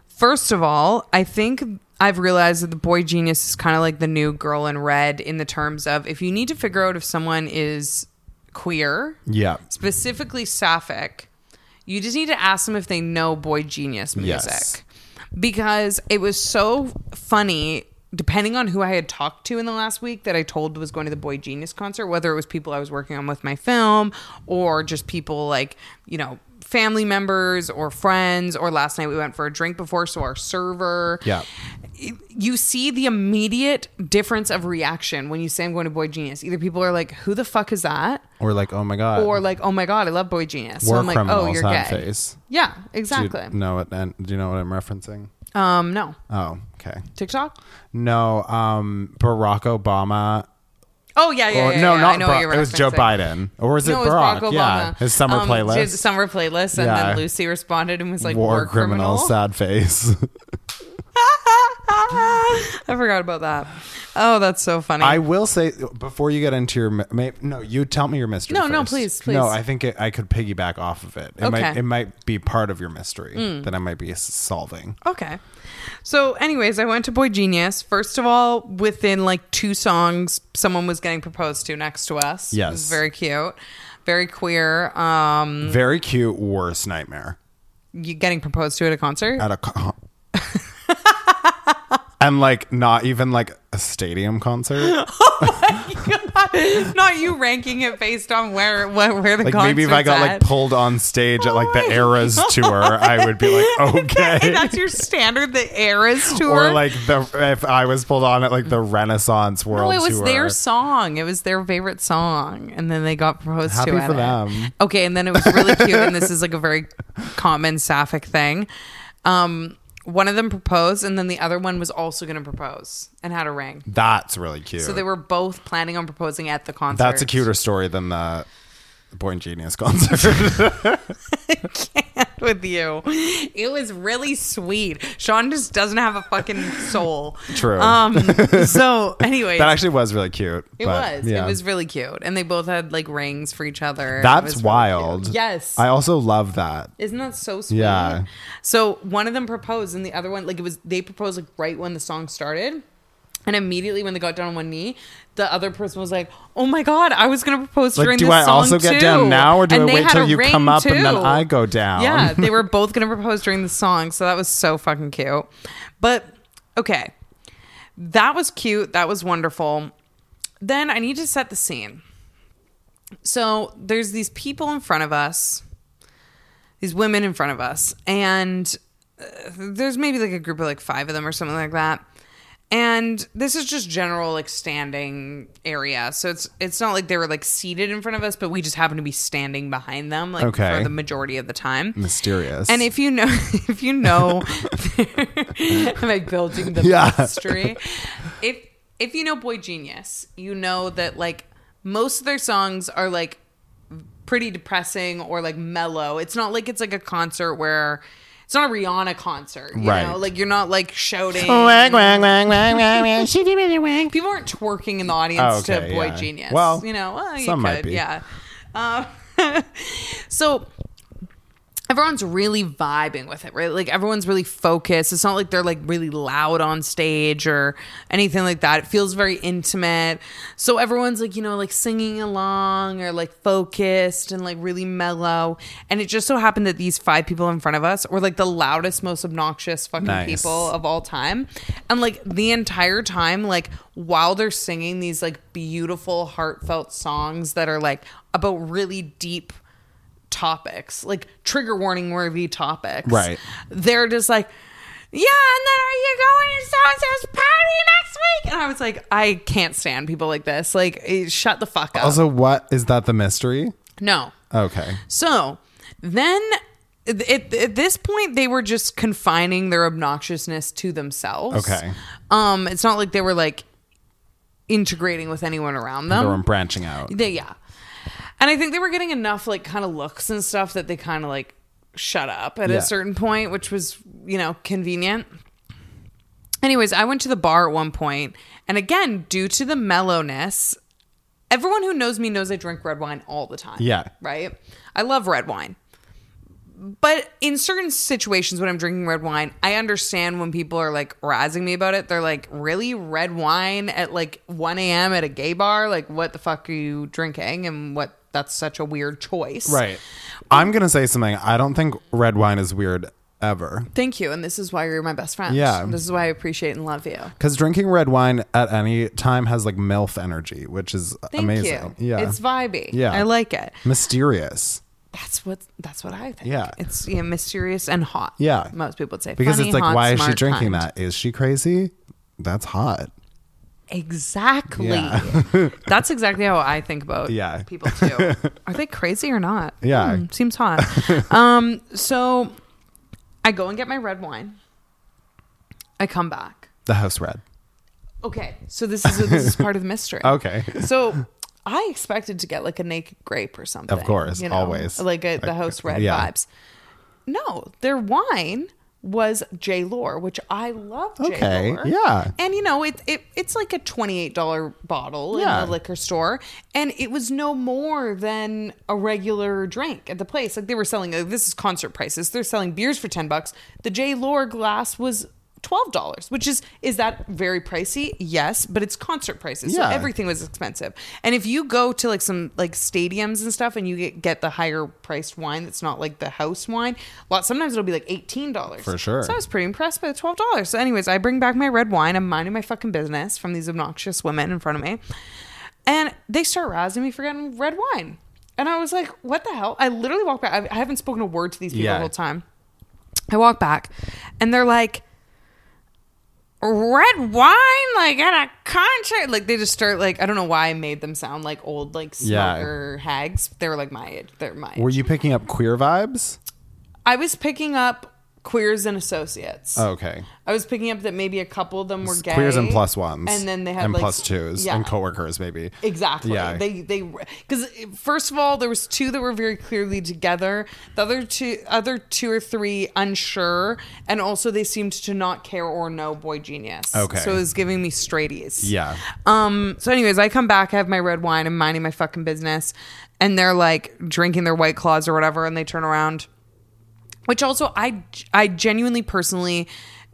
S1: first of all, I think I've realized that the boy genius is kind of like the new girl in red in the terms of if you need to figure out if someone is queer,
S2: Yeah.
S1: specifically sapphic, you just need to ask them if they know boy genius music.
S2: Yes.
S1: Because it was so funny, depending on who I had talked to in the last week that I told was going to the boy genius concert, whether it was people I was working on with my film or just people like, you know, family members or friends or last night we went for a drink before so our server
S2: Yeah.
S1: you see the immediate difference of reaction when you say i'm going to boy genius either people are like who the fuck is that
S2: Or like, oh my god.
S1: or like, oh my god, I love Boy Genius. So
S2: War
S1: I'm like, oh,
S2: criminals
S1: you're
S2: have
S1: gay.
S2: face.
S1: Yeah,
S2: Do you
S1: exactly.
S2: know what? And do you know what I'm referencing?
S1: um, no
S2: Oh, okay.
S1: TikTok.
S2: No, um, Barack Obama.
S1: Oh yeah, yeah,
S2: Or,
S1: yeah,
S2: no,
S1: yeah, I
S2: not
S1: know
S2: Bar-
S1: what you're
S2: it was Joe
S1: referencing.
S2: Biden, or was it
S1: No, it was
S2: Barack?
S1: Barack Obama.
S2: Yeah, his summer
S1: Um,
S2: playlist.
S1: did summer playlist, and
S2: Yeah.
S1: then Lucy responded and was like,
S2: War,
S1: "War,
S2: criminal,
S1: criminal."
S2: sad face.
S1: I forgot about that. Oh, that's so funny.
S2: I will say before you get into your ma- ma- no, you tell me your mystery.
S1: No, no,
S2: first.
S1: please,
S2: No,
S1: please.
S2: I think it, I could piggyback off of it. It might
S1: Okay. Mm.
S2: it might be part of your mystery that I might be s- solving.
S1: Okay. So, anyways, I went to Boy Genius. First of all, within like two songs, someone was getting proposed to next to us.
S2: Yes.
S1: It was very cute, very queer. Um,
S2: Very cute. Worst nightmare
S1: you getting proposed to at a concert?
S2: at a con- and like not even like a stadium concert.
S1: Not you ranking it based on where where, where the
S2: Like
S1: concert's
S2: maybe if I got
S1: at.
S2: like pulled on stage at like the Eras tour, I would be like okay.
S1: that's your standard, the Eras tour.
S2: or like the if I was pulled on at like the Renaissance
S1: no,
S2: World
S1: it was
S2: Tour.
S1: their song. It was their favorite song, and then they got proposed
S2: Happy
S1: to. at
S2: for
S1: it.
S2: them.
S1: Okay, and then it was really cute, and this is like a very common sapphic thing. Um, One of them proposed, and then the other one was also going to propose and had a ring.
S2: That's really cute.
S1: So they were both planning on proposing at the concert.
S2: That's a cuter story than the Born Genius concert.
S1: with you. It was really sweet. Sean just doesn't have a fucking soul.
S2: True.
S1: Um. So anyway,
S2: that actually was really cute.
S1: it
S2: but,
S1: was.
S2: yeah.
S1: It was really cute, and they both had like rings for each other. It was
S2: That's
S1: really
S2: wild.
S1: cute. yes.
S2: I also love that.
S1: Isn't that so sweet?
S2: Yeah.
S1: So one of them proposed, and the other one, like it was, they proposed like right when the song started. And immediately when they got down on one knee, the other person was like, "Oh my god, I was gonna propose
S2: Like,
S1: during
S2: do
S1: this
S2: I
S1: song
S2: also get
S1: too."
S2: down now, or do
S1: And
S2: I
S1: they
S2: wait
S1: had
S2: till
S1: a
S2: you
S1: ring,
S2: come up and then
S1: too.
S2: I go down?
S1: Yeah, they were both gonna propose during the song, so that was so fucking cute. But okay, that was cute. That was wonderful. Then I need to set the scene. So there's these people in front of us, these women in front of us, and uh, there's maybe like a group of like five of them or something like that. And this is just general like standing area, so it's it's not like they were like seated in front of us, but we just happen to be standing behind them, like
S2: Okay.
S1: for the majority of the time.
S2: Mysterious.
S1: And if you know, if you know, I'm like building the
S2: Yeah.
S1: mystery. If if you know Boy Genius, you know that like most of their songs are like pretty depressing or like mellow. It's not like it's like a concert where it's not a Rihanna concert, you
S2: Right.
S1: know? Like you're not like shouting.
S2: Wang, wang, wang, wang, wang, wang.
S1: People aren't twerking in the audience
S2: Oh, okay,
S1: to Boy
S2: yeah.
S1: Genius.
S2: Well,
S1: you know, well, you
S2: some
S1: could,
S2: might be.
S1: yeah. Um, so everyone's really vibing with it, right? Like everyone's really focused. It's not like they're like really loud on stage or anything like that. It feels very intimate. So everyone's like, you know, like singing along or like focused and like really mellow. And it just so happened that these five people in front of us were like the loudest, most obnoxious fucking
S2: Nice.
S1: people of all time. And like the entire time, like while they're singing these like beautiful, heartfelt songs that are like about really deep topics, like trigger warning worthy topics.
S2: Right.
S1: They're just like, yeah, and then are you going to so and so's party next week? And I was like, I can't stand people like this. Like, eh, shut the fuck up.
S2: Also, what is that the mystery?
S1: no.
S2: Okay.
S1: So then at, at- at this point, they were just confining their obnoxiousness to themselves.
S2: Okay.
S1: Um, it's not like they were like integrating with anyone around them.
S2: They were branching out.
S1: They, yeah. And I think they were getting enough like kind of looks and stuff that they kind of like shut up at
S2: Yeah.
S1: a certain point, which was, you know, convenient. Anyways, I went to the bar at one point, and again, due to the mellowness, everyone who knows me knows I drink red wine all the time.
S2: Yeah.
S1: Right? I love red wine. But in certain situations when I'm drinking red wine, I understand when people are like razzing me about it. They're like, really? Red wine at like 1 a.m. at a gay bar? Like, what the fuck are you drinking? And what, that's such a weird choice.
S2: Right. I'm going to say something. I don't think red wine is weird ever.
S1: Thank you. And this is why you're my best friend.
S2: Yeah.
S1: This is why I appreciate and love you.
S2: Because drinking red wine at any time has like MILF energy, which is
S1: Thank
S2: amazing.
S1: you.
S2: Yeah.
S1: It's vibey.
S2: Yeah.
S1: I like it.
S2: Mysterious.
S1: That's what that's what I think.
S2: Yeah.
S1: It's yeah, mysterious and hot.
S2: Yeah.
S1: Most people would say.
S2: Because
S1: Funny,
S2: it's like,
S1: hot,
S2: why is she
S1: smart,
S2: drinking
S1: kind.
S2: that? Is she crazy? That's hot.
S1: Exactly.
S2: Yeah.
S1: That's exactly how I think about
S2: Yeah.
S1: people too. Are they crazy or not?
S2: Yeah.
S1: Hmm, seems hot. um, so I go and get my red wine. I come back.
S2: The house red.
S1: Okay. So this is this is part of the mystery.
S2: Okay.
S1: So I expected to get like a naked grape or something.
S2: Of course, always.
S1: Like a, the
S2: Like,
S1: house red
S2: yeah.
S1: vibes. No, their wine was J Lore, which I love J
S2: Okay,
S1: Lore.
S2: yeah.
S1: And you know, it, it it's like a $28 bottle
S2: Yeah.
S1: in the liquor store and it was no more than a regular drink at the place. Like they were selling like, this is concert prices. They're selling beers for 10 bucks. The J Lore glass was $12, which is is that very pricey? Yes, but it's concert prices.
S2: Yeah.
S1: So everything everything was expensive. And if you go to like some like stadiums and stuff and you get, get the higher priced wine that's not like the house wine, a lot sometimes it'll be like eighteen dollars.
S2: For sure.
S1: So I was pretty impressed by the twelve dollars. So anyways, I bring back my red wine. I'm minding my fucking business from these obnoxious women in front of me. And they start razzing me for getting red wine. And I was like, what the hell? I literally walked back. I I haven't spoken a word to these people
S2: Yeah.
S1: the whole time. I walk back and they're like, red wine like at a concert like they just start like i don't know why i made them sound like old like
S2: Yeah.
S1: smoker hags they were like my age they're my age.
S2: Were you picking up queer vibes?
S1: i was picking up Queers and Associates.
S2: Okay.
S1: I was picking up that maybe a couple of them were gay.
S2: Uh. Queers and plus ones.
S1: And then they had
S2: and
S1: like
S2: plus twos
S1: Yeah.
S2: and coworkers maybe.
S1: Exactly.
S2: Yeah.
S1: They they because first of all, there was two that were very clearly together. The other two, other two or three, unsure, and also they seemed to not care or know boy genius.
S2: Okay.
S1: So it was giving me straighties.
S2: Yeah.
S1: Um. So, anyways, I come back, I have my red wine, I'm minding my fucking business, and they're like drinking their white claws or whatever, and they turn around which also I I genuinely personally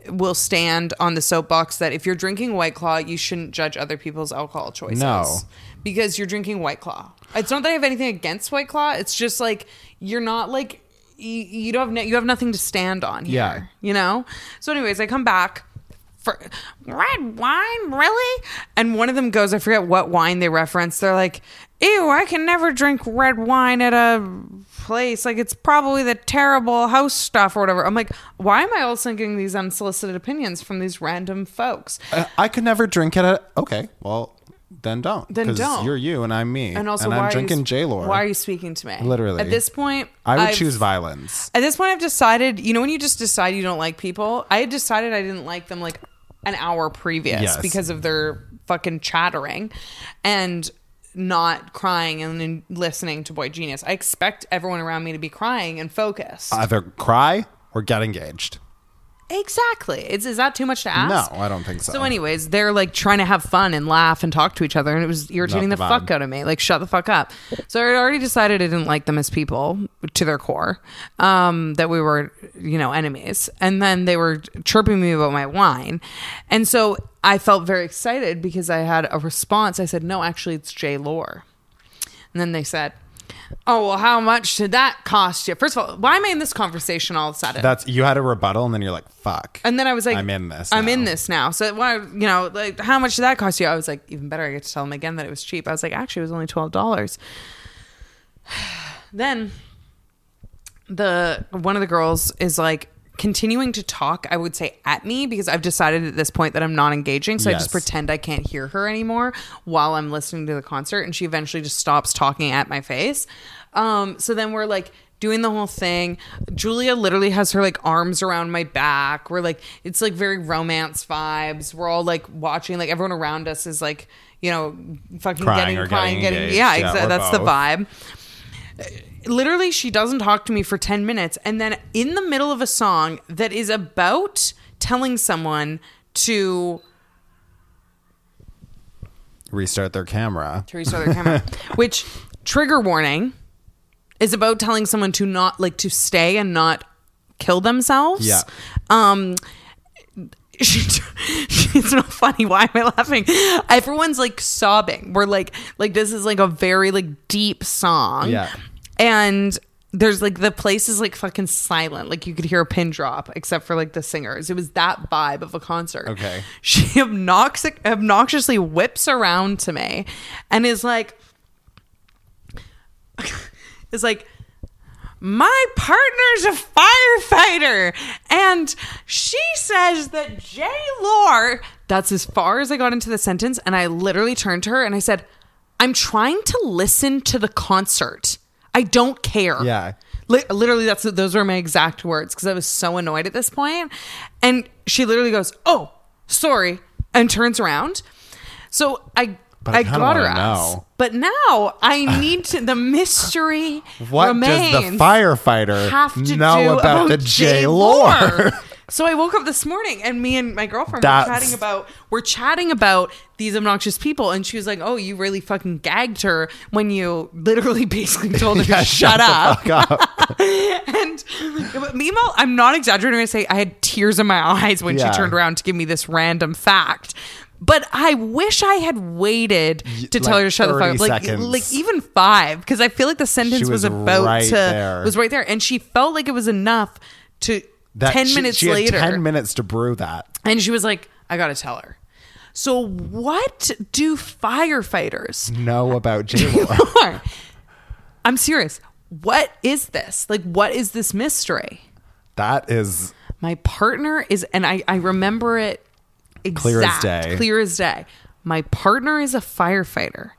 S1: will stand on the soapbox that if you're drinking White Claw, you shouldn't judge other people's alcohol choices.
S2: No.
S1: because you're drinking White Claw. It's not that I have anything against White Claw. It's just like you're not like you, you don't have no, you have nothing to stand on here.
S2: Yeah.
S1: you know. So, anyways, I come back. For, red wine, really? And one of them goes, I forget what wine they reference. They're like, "Ew, I can never drink red wine at a place. Like it's probably the terrible house stuff or whatever. I'm like, why am I also getting these unsolicited opinions from these random folks?
S2: Uh, I could never drink at a. Okay, well then don't.
S1: Then
S2: 'cause
S1: don't.
S2: You're you and I'm me.
S1: And also, why
S2: I'm
S1: are
S2: drinking
S1: you,
S2: J Lore.
S1: Why are you speaking to me?
S2: Literally.
S1: At this point,
S2: I would
S1: I've-
S2: choose violence.
S1: At this point, I've decided. You know, when you just decide you don't like people, I had decided I didn't like them like an hour previous
S2: Yes.
S1: because of their fucking chattering and not crying and then listening to Boy Genius. I expect everyone around me to be crying and focused.
S2: Either cry or get engaged.
S1: exactly. It's, is that too much to ask?
S2: No, I don't think so.
S1: So, anyways, they're like trying to have fun and laugh and talk to each other, and it was irritating the,
S2: Not the
S1: fuck
S2: vibe.
S1: out of me. Like, shut the fuck up. So, I had already decided I didn't like them as people to their core, um, that we were, you know, enemies. And then they were chirping me about my wine. And so I felt very excited because I had a response. I said, no, actually, it's J. Lore. And then they said, oh, well, how much did that cost you? First of all, why am I in this conversation all of a sudden?
S2: That's you had a rebuttal, and then you're like, "Fuck."
S1: And then I was like,
S2: I'm in this
S1: I'm
S2: now.
S1: in this now. So why, you know, like how much did that cost you? I was like, even better. I get to tell him again that it was cheap. I was like, actually, it was only twelve dollars. then the one of the girls is like continuing to talk. I would say at me because I've decided at this point that I'm not engaging. So I just
S2: Yes.
S1: pretend I can't hear her anymore while I'm listening to the concert, and she eventually just stops talking at my face. Um, so then we're like doing the whole thing. Julia literally has her like arms around my back. We're like, it's like very romance vibes. We're all like watching, like everyone around us is like, you know, fucking
S2: Crying
S1: getting
S2: or getting
S1: crying, getting,
S2: engaged.
S1: yeah,
S2: Yeah,
S1: exa-
S2: or
S1: that's the
S2: both.
S1: vibe literally she doesn't talk to me for 10 minutes and then in the middle of a song that is about telling someone to
S2: Restart their camera.
S1: to restore their camera which trigger warning is about telling someone to not like to stay and not kill themselves
S2: Yeah.
S1: um she, it's not funny. Why am I laughing? Everyone's like sobbing. We're like, like this is like a very like deep song.
S2: Yeah.
S1: And there's like the place is like fucking silent. Like you could hear a pin drop, except for like the singers. It was that vibe of a concert.
S2: Okay.
S1: She obnoxious, obnoxiously whips around to me, and is like, is like, my partner's a firefighter and she says that J Lore that's as far as I got into the sentence and I literally turned to her and I said I'm trying to listen to the concert I don't care
S2: Yeah.
S1: Li- literally that's those were my exact words because I was so annoyed at this point and she literally goes oh sorry and turns around so I
S2: But I
S1: I,
S2: kinda
S1: got her
S2: wanna
S1: ass
S2: know.
S1: but now I need to the mystery
S2: What
S1: remains
S2: does the firefighter
S1: have to
S2: know
S1: do
S2: about, the J
S1: J-Lore?
S2: lore?
S1: so I woke up this morning and me and my girlfriend
S2: That's-
S1: were chatting about we're chatting about these obnoxious people and she was like, "Oh, you really fucking gagged her when you literally basically told her
S2: Yeah,
S1: to shut,
S2: shut the
S1: up."
S2: fuck up.
S1: and but meanwhile, I'm not exaggerating when I say I had tears in my eyes when
S2: Yeah.
S1: she turned around to give me this random fact. But I wish I had waited to tell
S2: like
S1: her to shut the fuck
S2: 30
S1: up, like
S2: seconds.
S1: like even five, because I feel like the sentence was,
S2: was
S1: about
S2: right
S1: to
S2: there.
S1: was right there, and she felt like it was enough to
S2: That
S1: ten
S2: she-
S1: minutes
S2: she had
S1: later,
S2: ten minutes to brew that.
S1: and she was like, "I gotta tell her." So what do firefighters
S2: Know about J lore.
S1: are? I'm serious. What is this? Like, what is this mystery?
S2: that is
S1: My partner is, and I, I remember it exact,
S2: Clear as day.
S1: Clear as day. My partner is a firefighter,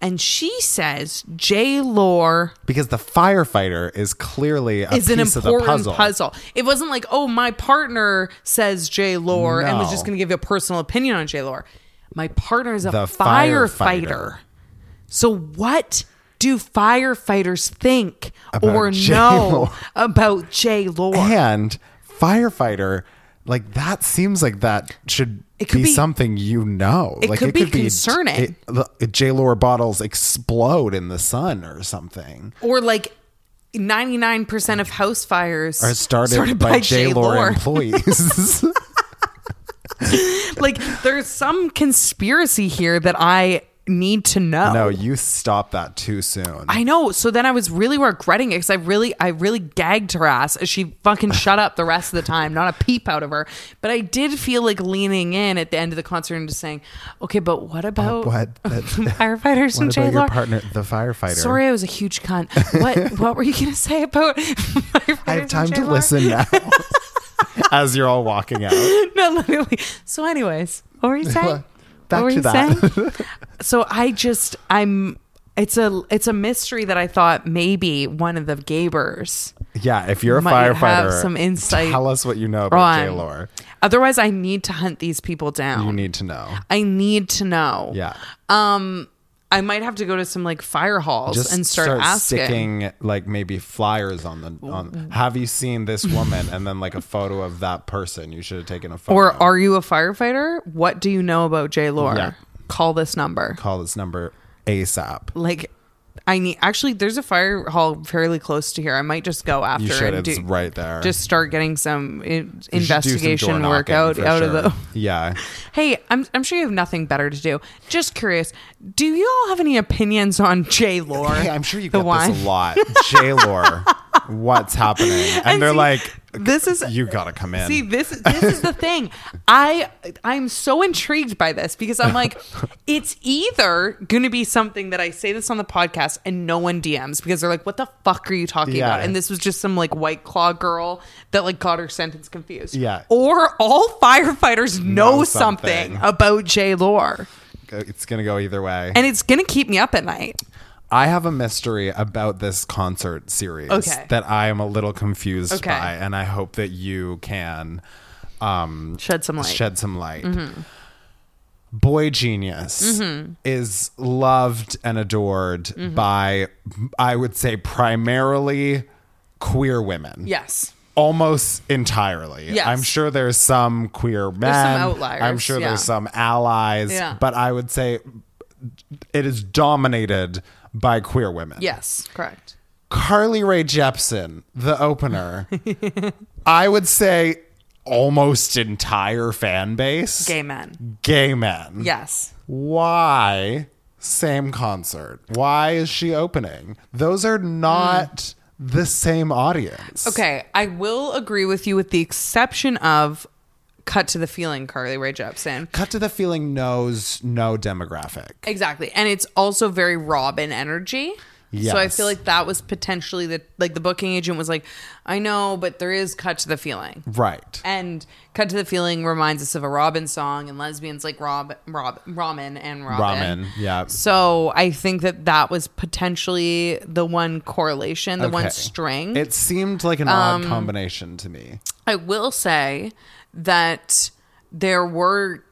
S1: and she says J. Lore
S2: because the firefighter is clearly a
S1: is
S2: piece
S1: an
S2: of the
S1: important
S2: puzzle.
S1: puzzle. It wasn't like, oh, my partner says J. Lore and was
S2: No.
S1: just going to give you a personal opinion on J. Lore. My partner is a
S2: The
S1: firefighter.
S2: firefighter.
S1: So what do firefighters think
S2: About
S1: or
S2: J.
S1: know
S2: Lore.
S1: about J. Lore?
S2: And firefighter, like that seems like that should
S1: It could
S2: be,
S1: be-
S2: something you know.
S1: it
S2: like
S1: could be concerning.
S2: It, the J. Lore bottles explode in the sun or something.
S1: or like 99% of house fires
S2: Are started, by, J. Lore employees.
S1: like there's some conspiracy here that I need to know.
S2: no, you stop that too soon.
S1: I know. So then I was really regretting it because I really, I really gagged her ass as she fucking shut up the rest of the time, not a peep out of her. But I did feel like leaning in at the end of the concert and just saying, "Okay, but what about
S2: what? That-
S1: firefighters and
S2: what about
S1: J.
S2: your
S1: Law?"
S2: partner, the firefighter?
S1: Sorry, I was a huge cunt. What what were you gonna say about?
S2: I have time to
S1: listen.
S2: listen now. As you're all walking out.
S1: no, literally. So, anyways, what were you saying?
S2: Back
S1: what were
S2: to
S1: you
S2: that.
S1: saying? so I just I'm. It's a it's a mystery that I thought maybe one of the Gabers.
S2: Yeah, if you're a
S1: Might have
S2: firefighter,
S1: some insight
S2: Tell us what you know about J.
S1: on-
S2: Lore.
S1: Otherwise, I need to hunt these people
S2: You
S1: down.
S2: need to know.
S1: I need to know.
S2: Mm-hmm. Yeah.
S1: Um, I might have to go to some like fire halls
S2: Just
S1: and start, asking.
S2: sticking like maybe flyers on the on have you seen this woman and then like a photo of that person. You should have taken a photo.
S1: Or are you a firefighter? What do you know about J. Lore?
S2: Yeah.
S1: Call this number.
S2: call this number ASAP.
S1: Like, I need actually. There's a fire hall fairly close to here. I might just go after
S2: You should
S1: and
S2: it's
S1: do,
S2: right there.
S1: just start getting some in-
S2: You should do some door
S1: investigation work
S2: knocking
S1: out
S2: for
S1: out of
S2: sure.
S1: the.
S2: Yeah.
S1: Hey, I'm I'm sure you have nothing better to do. Just curious, do you all have any opinions on J Lore?
S2: Hey, I'm sure you get this a lot. J Lore. What's happening? And, they're
S1: see,
S2: like
S1: This is
S2: you gotta come in.
S1: see this this is the thing. I I'm so intrigued by this because I'm like, it's either gonna be something that I say this on the podcast and no one DMs because they're like, what the fuck are you talking
S2: Yeah.
S1: about? And this was just some like white claw girl that like got her sentence confused.
S2: Yeah.
S1: Or all firefighters know,
S2: Know
S1: something.
S2: something.
S1: about J Lore.
S2: it's gonna go either way.
S1: And it's gonna keep me up at night.
S2: I have a mystery about this concert series
S1: Okay.
S2: that I am a little confused
S1: Okay.
S2: by, and I hope that you can um,
S1: Shed some light.
S2: shed some light.
S1: mm-hmm.
S2: Boy Genius is loved and adored
S1: Mm-hmm.
S2: by, I would say, primarily queer women.
S1: yes.
S2: Almost entirely.
S1: Yes.
S2: I'm sure there's some queer men. There's
S1: outliers,
S2: I'm sure
S1: yeah.
S2: there's some allies.
S1: Yeah.
S2: But I would say it is dominated by queer women.
S1: Yes. Correct.
S2: Carly Ray Jepsen, the opener, I would say almost entire fan base.
S1: Gay men.
S2: Gay men.
S1: Yes.
S2: Why same concert? Why is she opening? Those are not the same audience.
S1: Mm. Okay, I will agree with you with the exception of Cut to the Feeling, Carly Rae Jepsen.
S2: Cut to the feeling knows no demographic.
S1: Exactly. And it's also very Robin energy. So I
S2: Yes.
S1: feel like that was potentially the like the booking agent was like, I know, but there is Cut to the Feeling.
S2: Right.
S1: And Cut to the Feeling reminds us of a Robin song and lesbians like Rob Rob Ramen and Robin. Mm.
S2: Ramen. Yeah.
S1: So I think that that was potentially the one correlation, the one
S2: Okay.
S1: string.
S2: It seemed like an
S1: Um,
S2: odd combination to me.
S1: I will say that there were,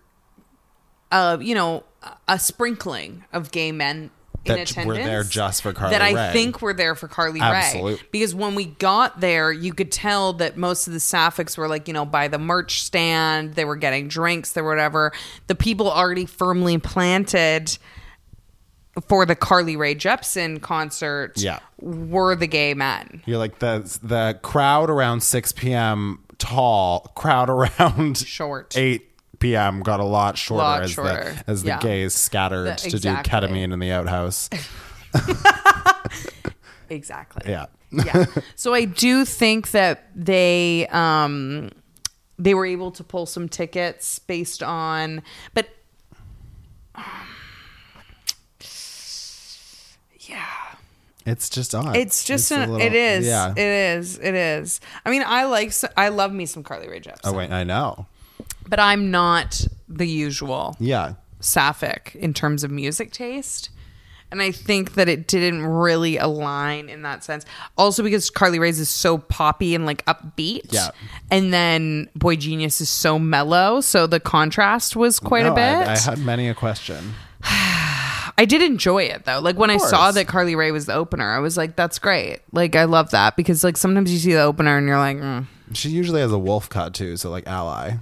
S1: uh, you know, a sprinkling of gay men in
S2: That were
S1: attendance
S2: there just for Carly
S1: that I
S2: Rae.
S1: think were there for Carly Rae
S2: Absolute-
S1: because when we got there, you could tell that most of the sapphics were like you know by the merch stand, they were getting drinks, they were whatever. The people already firmly planted for the Carly Rae Jepsen concert,
S2: Yeah.
S1: were the gay men.
S2: You're like the the crowd around 6 p.m. tall, crowd around
S1: Short.
S2: 8 p.m. got a lot shorter
S1: Lot
S2: as
S1: shorter.
S2: the as the
S1: Yeah.
S2: gays scattered
S1: The-
S2: to do
S1: exactly.
S2: ketamine in the outhouse.
S1: Exactly.
S2: Yeah.
S1: yeah. So I do think that they um they were able to pull some tickets based on but
S2: It's just odd.
S1: it's just
S2: a
S1: an
S2: little-
S1: it is
S2: Yeah.
S1: it is it is. I mean I like s- I love me some Carly Rae Jepsen,
S2: oh wait, I know.
S1: but I'm not the usual
S2: Yeah.
S1: sapphic in terms of music taste. And I think that it didn't really align in that sense. Also because Carly Rae's is so poppy and like upbeat.
S2: Yeah.
S1: And then Boy Genius is so mellow. So the contrast was quite a
S2: No,
S1: bit.
S2: I,
S1: I,
S2: I had many a question.
S1: did enjoy it though. Like when I saw
S2: course.
S1: that Carly Rae was the opener, I was like, that's great. Like I love that because like sometimes you see the opener and you're like, mm.
S2: She usually has a wolf cut too, so like ally.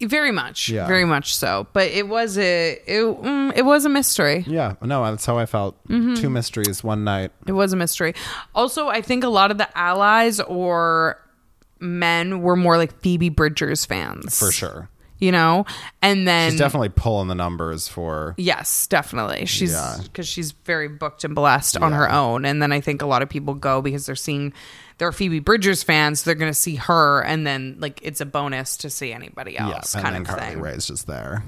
S1: very much,
S2: Yeah.
S1: very much so. But it was a, it, mm, it was a mystery.
S2: Yeah, no, that's how I felt.
S1: Mm-hmm.
S2: Two mysteries, one night.
S1: It was a mystery. Also, I think a lot of the allies or men were more like Phoebe Bridgers fans.
S2: for sure.
S1: You know? And then
S2: She's definitely pulling the numbers for.
S1: Yes, definitely. She's
S2: Yeah.
S1: because she's very booked and blessed on her own. And then I think a lot of people go because they're seeing they're Phoebe Bridgers fans, they're gonna see her and then like it's a bonus to see anybody
S2: Yeah,
S1: else
S2: and
S1: kind
S2: then
S1: of
S2: Carly
S1: thing.
S2: Rae's just there.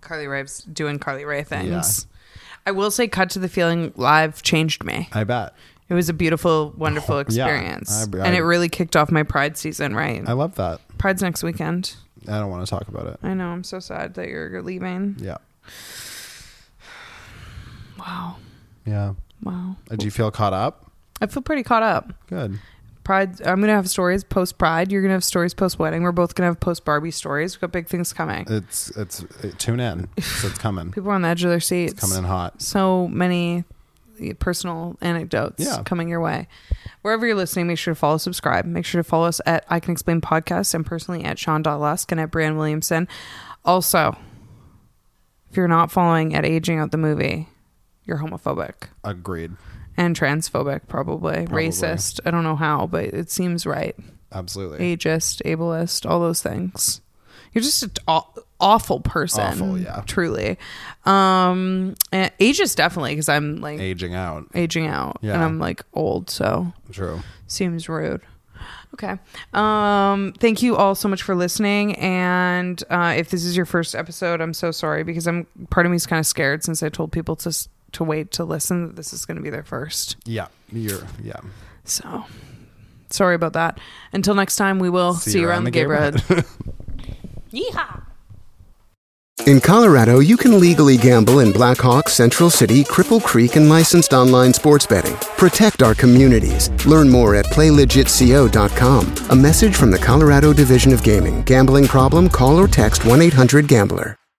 S1: Carly Rae's doing Carly Rae things. I will say Cut to the Feeling live changed me.
S2: I bet.
S1: It was a beautiful, wonderful experience.
S2: I- I-
S1: and it really kicked off my Pride season, right?
S2: I love that.
S1: Pride's next weekend.
S2: I don't want to talk about it.
S1: I know. I'm so sad that you're leaving.
S2: Yeah,
S1: Wow.
S2: yeah.
S1: Wow.
S2: Did you feel caught up?
S1: I feel pretty caught up.
S2: Good.
S1: Pride, I'm going to have stories post Pride. You're going to have stories post wedding. We're both going to have post Barbie stories. We've got big things coming.
S2: It's it's it, tune in. So it's coming,
S1: People are on the edge of their seats.
S2: coming in hot.
S1: so many personal anecdotes
S2: Yeah.
S1: coming your way. Wherever you're listening, make sure to follow, subscribe. Make sure to follow us at I Can Explain Podcast and personally at Sean Lusk and at Brian Williamson. Also, if you're not following at Aging Out the Movie, you're homophobic
S2: Agreed.
S1: and transphobic, probably. Racist. I don't know how, but it seems right.
S2: Absolutely.
S1: Ageist, ableist, all those things. You're just an aw- awful person.
S2: Awful, yeah.
S1: Truly. Um, and ageist, definitely, because I'm like
S2: Aging out.
S1: aging out and
S2: Yeah.
S1: I'm like old, so
S2: True.
S1: seems rude. Okay. Um thank you all so much for listening and uh if this is your first episode, I'm so sorry because I'm part of me is kind of scared since I told people to s- to wait to listen that this is going to be their first.
S2: Yeah. You're. Yeah.
S1: So sorry about that. Until next time, we will see, you around, the gay road. Yeehaw.
S3: In Colorado, you can legally gamble in Black Hawk, Central City, Cripple Creek, and licensed online sports betting. Protect our communities. Learn more at playlegitco.com. A message from the Colorado Division of Gaming. Gambling problem? Call or text 1 800 Gambler.